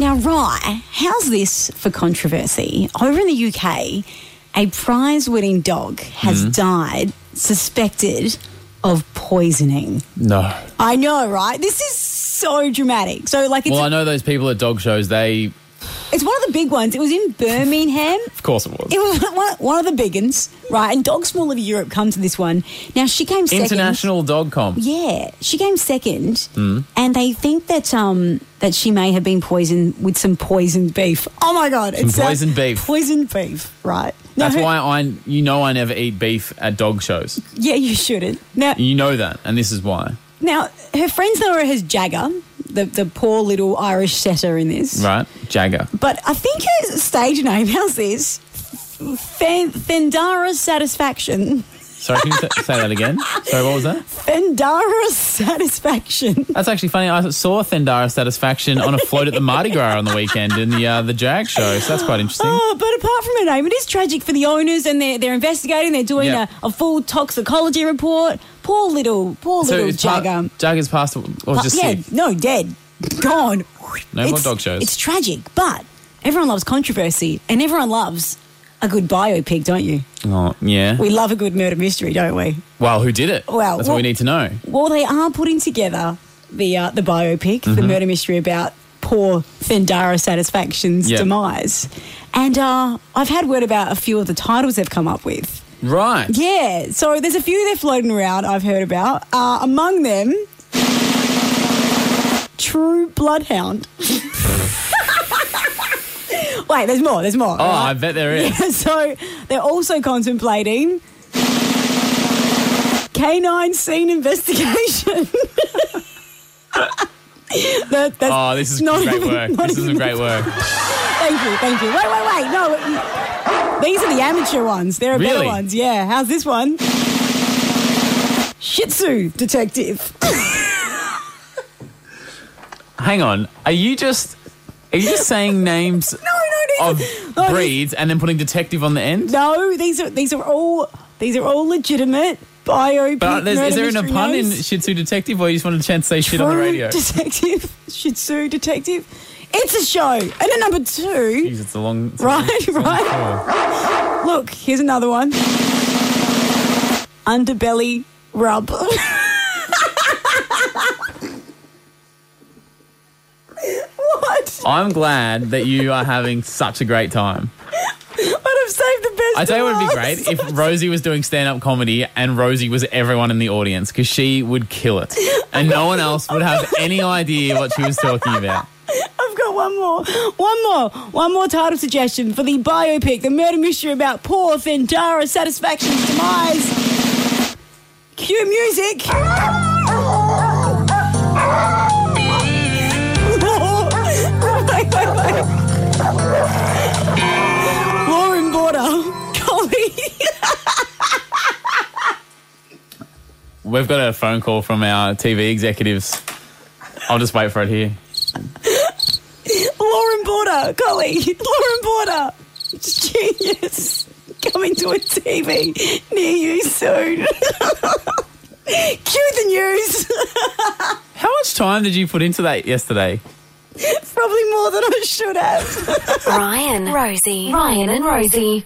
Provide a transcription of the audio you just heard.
Now, Rye, how's this for controversy? Over in the UK, a prize winning dog Mm-hmm. has died suspected of poisoning. No. I know, right? This is so dramatic. So, like, it's, Well, I know those people at dog shows. They, it's one of the big ones. It was in Birmingham. of course, it was It was Uh, one, one of the big ones, right? And Dogs from all over Europe come to this one. Now, she came second. international Mm. dog comp. Yeah, she came second, and they think that um that she may have been poisoned with some poisoned beef. Oh my god, some poisoned beef. poisoned beef, right? No, That's why I, you know, I never eat beef at dog shows. Yeah, you shouldn't. Now, You know that, and this is why, now her friends know her as Jagger, the the poor little Irish setter in this, right? Jagger. but I think her stage name. How's this? Fen- Fendara Satisfaction. Sorry, can you say, say that again? Sorry, what was that? Fendara Satisfaction. That's actually funny. I saw Thendara Satisfaction on a float at the Mardi Gras on the weekend in the uh, the Jag show, so that's quite interesting. Oh, but apart from her name, it is tragic for the owners, and they're they're investigating. They're doing Yeah. a, a full toxicology report. Poor little, poor little it's pa- Jagger. Jagger's passed, or was just yeah, sick. no, dead, gone. No more dog shows. It's tragic, but everyone loves controversy, and everyone loves a good biopic, don't you? Oh, yeah. We love a good murder mystery, don't we? Well, who did it? Well, that's what we well- need to know. Well, they are putting together the uh, the biopic, the Mm-hmm. murder mystery about poor Fendara Satisfaction's Yeah. demise, and uh, I've had word about a few of the titles they've come up with. Right. Yeah, so there's a few they're floating around I've heard about. Uh, among them, True Bloodhound. Wait, there's more, there's more. Oh, I bet there is. so they're also contemplating canine scene investigation. That- that's Oh, this is not great even- work. not This is even- great work. Thank you, thank you. Wait, wait, wait. No, wait. these are the amateur ones. There are better Really? ones. Yeah. How's this one? Shih Tzu detective. Hang on. Are you just are you just saying names No, no, of these are- no, these- breeds and then putting detective on the end? No, these are these are all these are all legitimate bio. But uh, there's, is there a pun in Shih Tzu Detective, or you just want to chance to say shit on the radio? Detective Shih Tzu detective. It's a show. And at number two, Jeez, it's a long. it's a Right, long- it's a long right. call. look, here's another one. Underbelly rub. what? I'm glad that you are having such a great time. But I've saved the best. I tell for you what would be last. great if Rosie was doing stand up comedy and Rosie was everyone in the audience because she would kill it. And no one else would have any idea what she was talking about. I've got one more, one more, one more title suggestion for the biopic, the murder mystery about poor Fendara Satisfaction's demise. Cue music. Lauren Border, Collie. We've got a phone call from our TV executives. I'll just wait for it here. Lauren Border, golly, Lauren Border, genius, coming to a TV near you soon. Cue the news. How much time did you put into that yesterday? Probably more than I should have. Ryan, Rosie, Ryan and Rosie.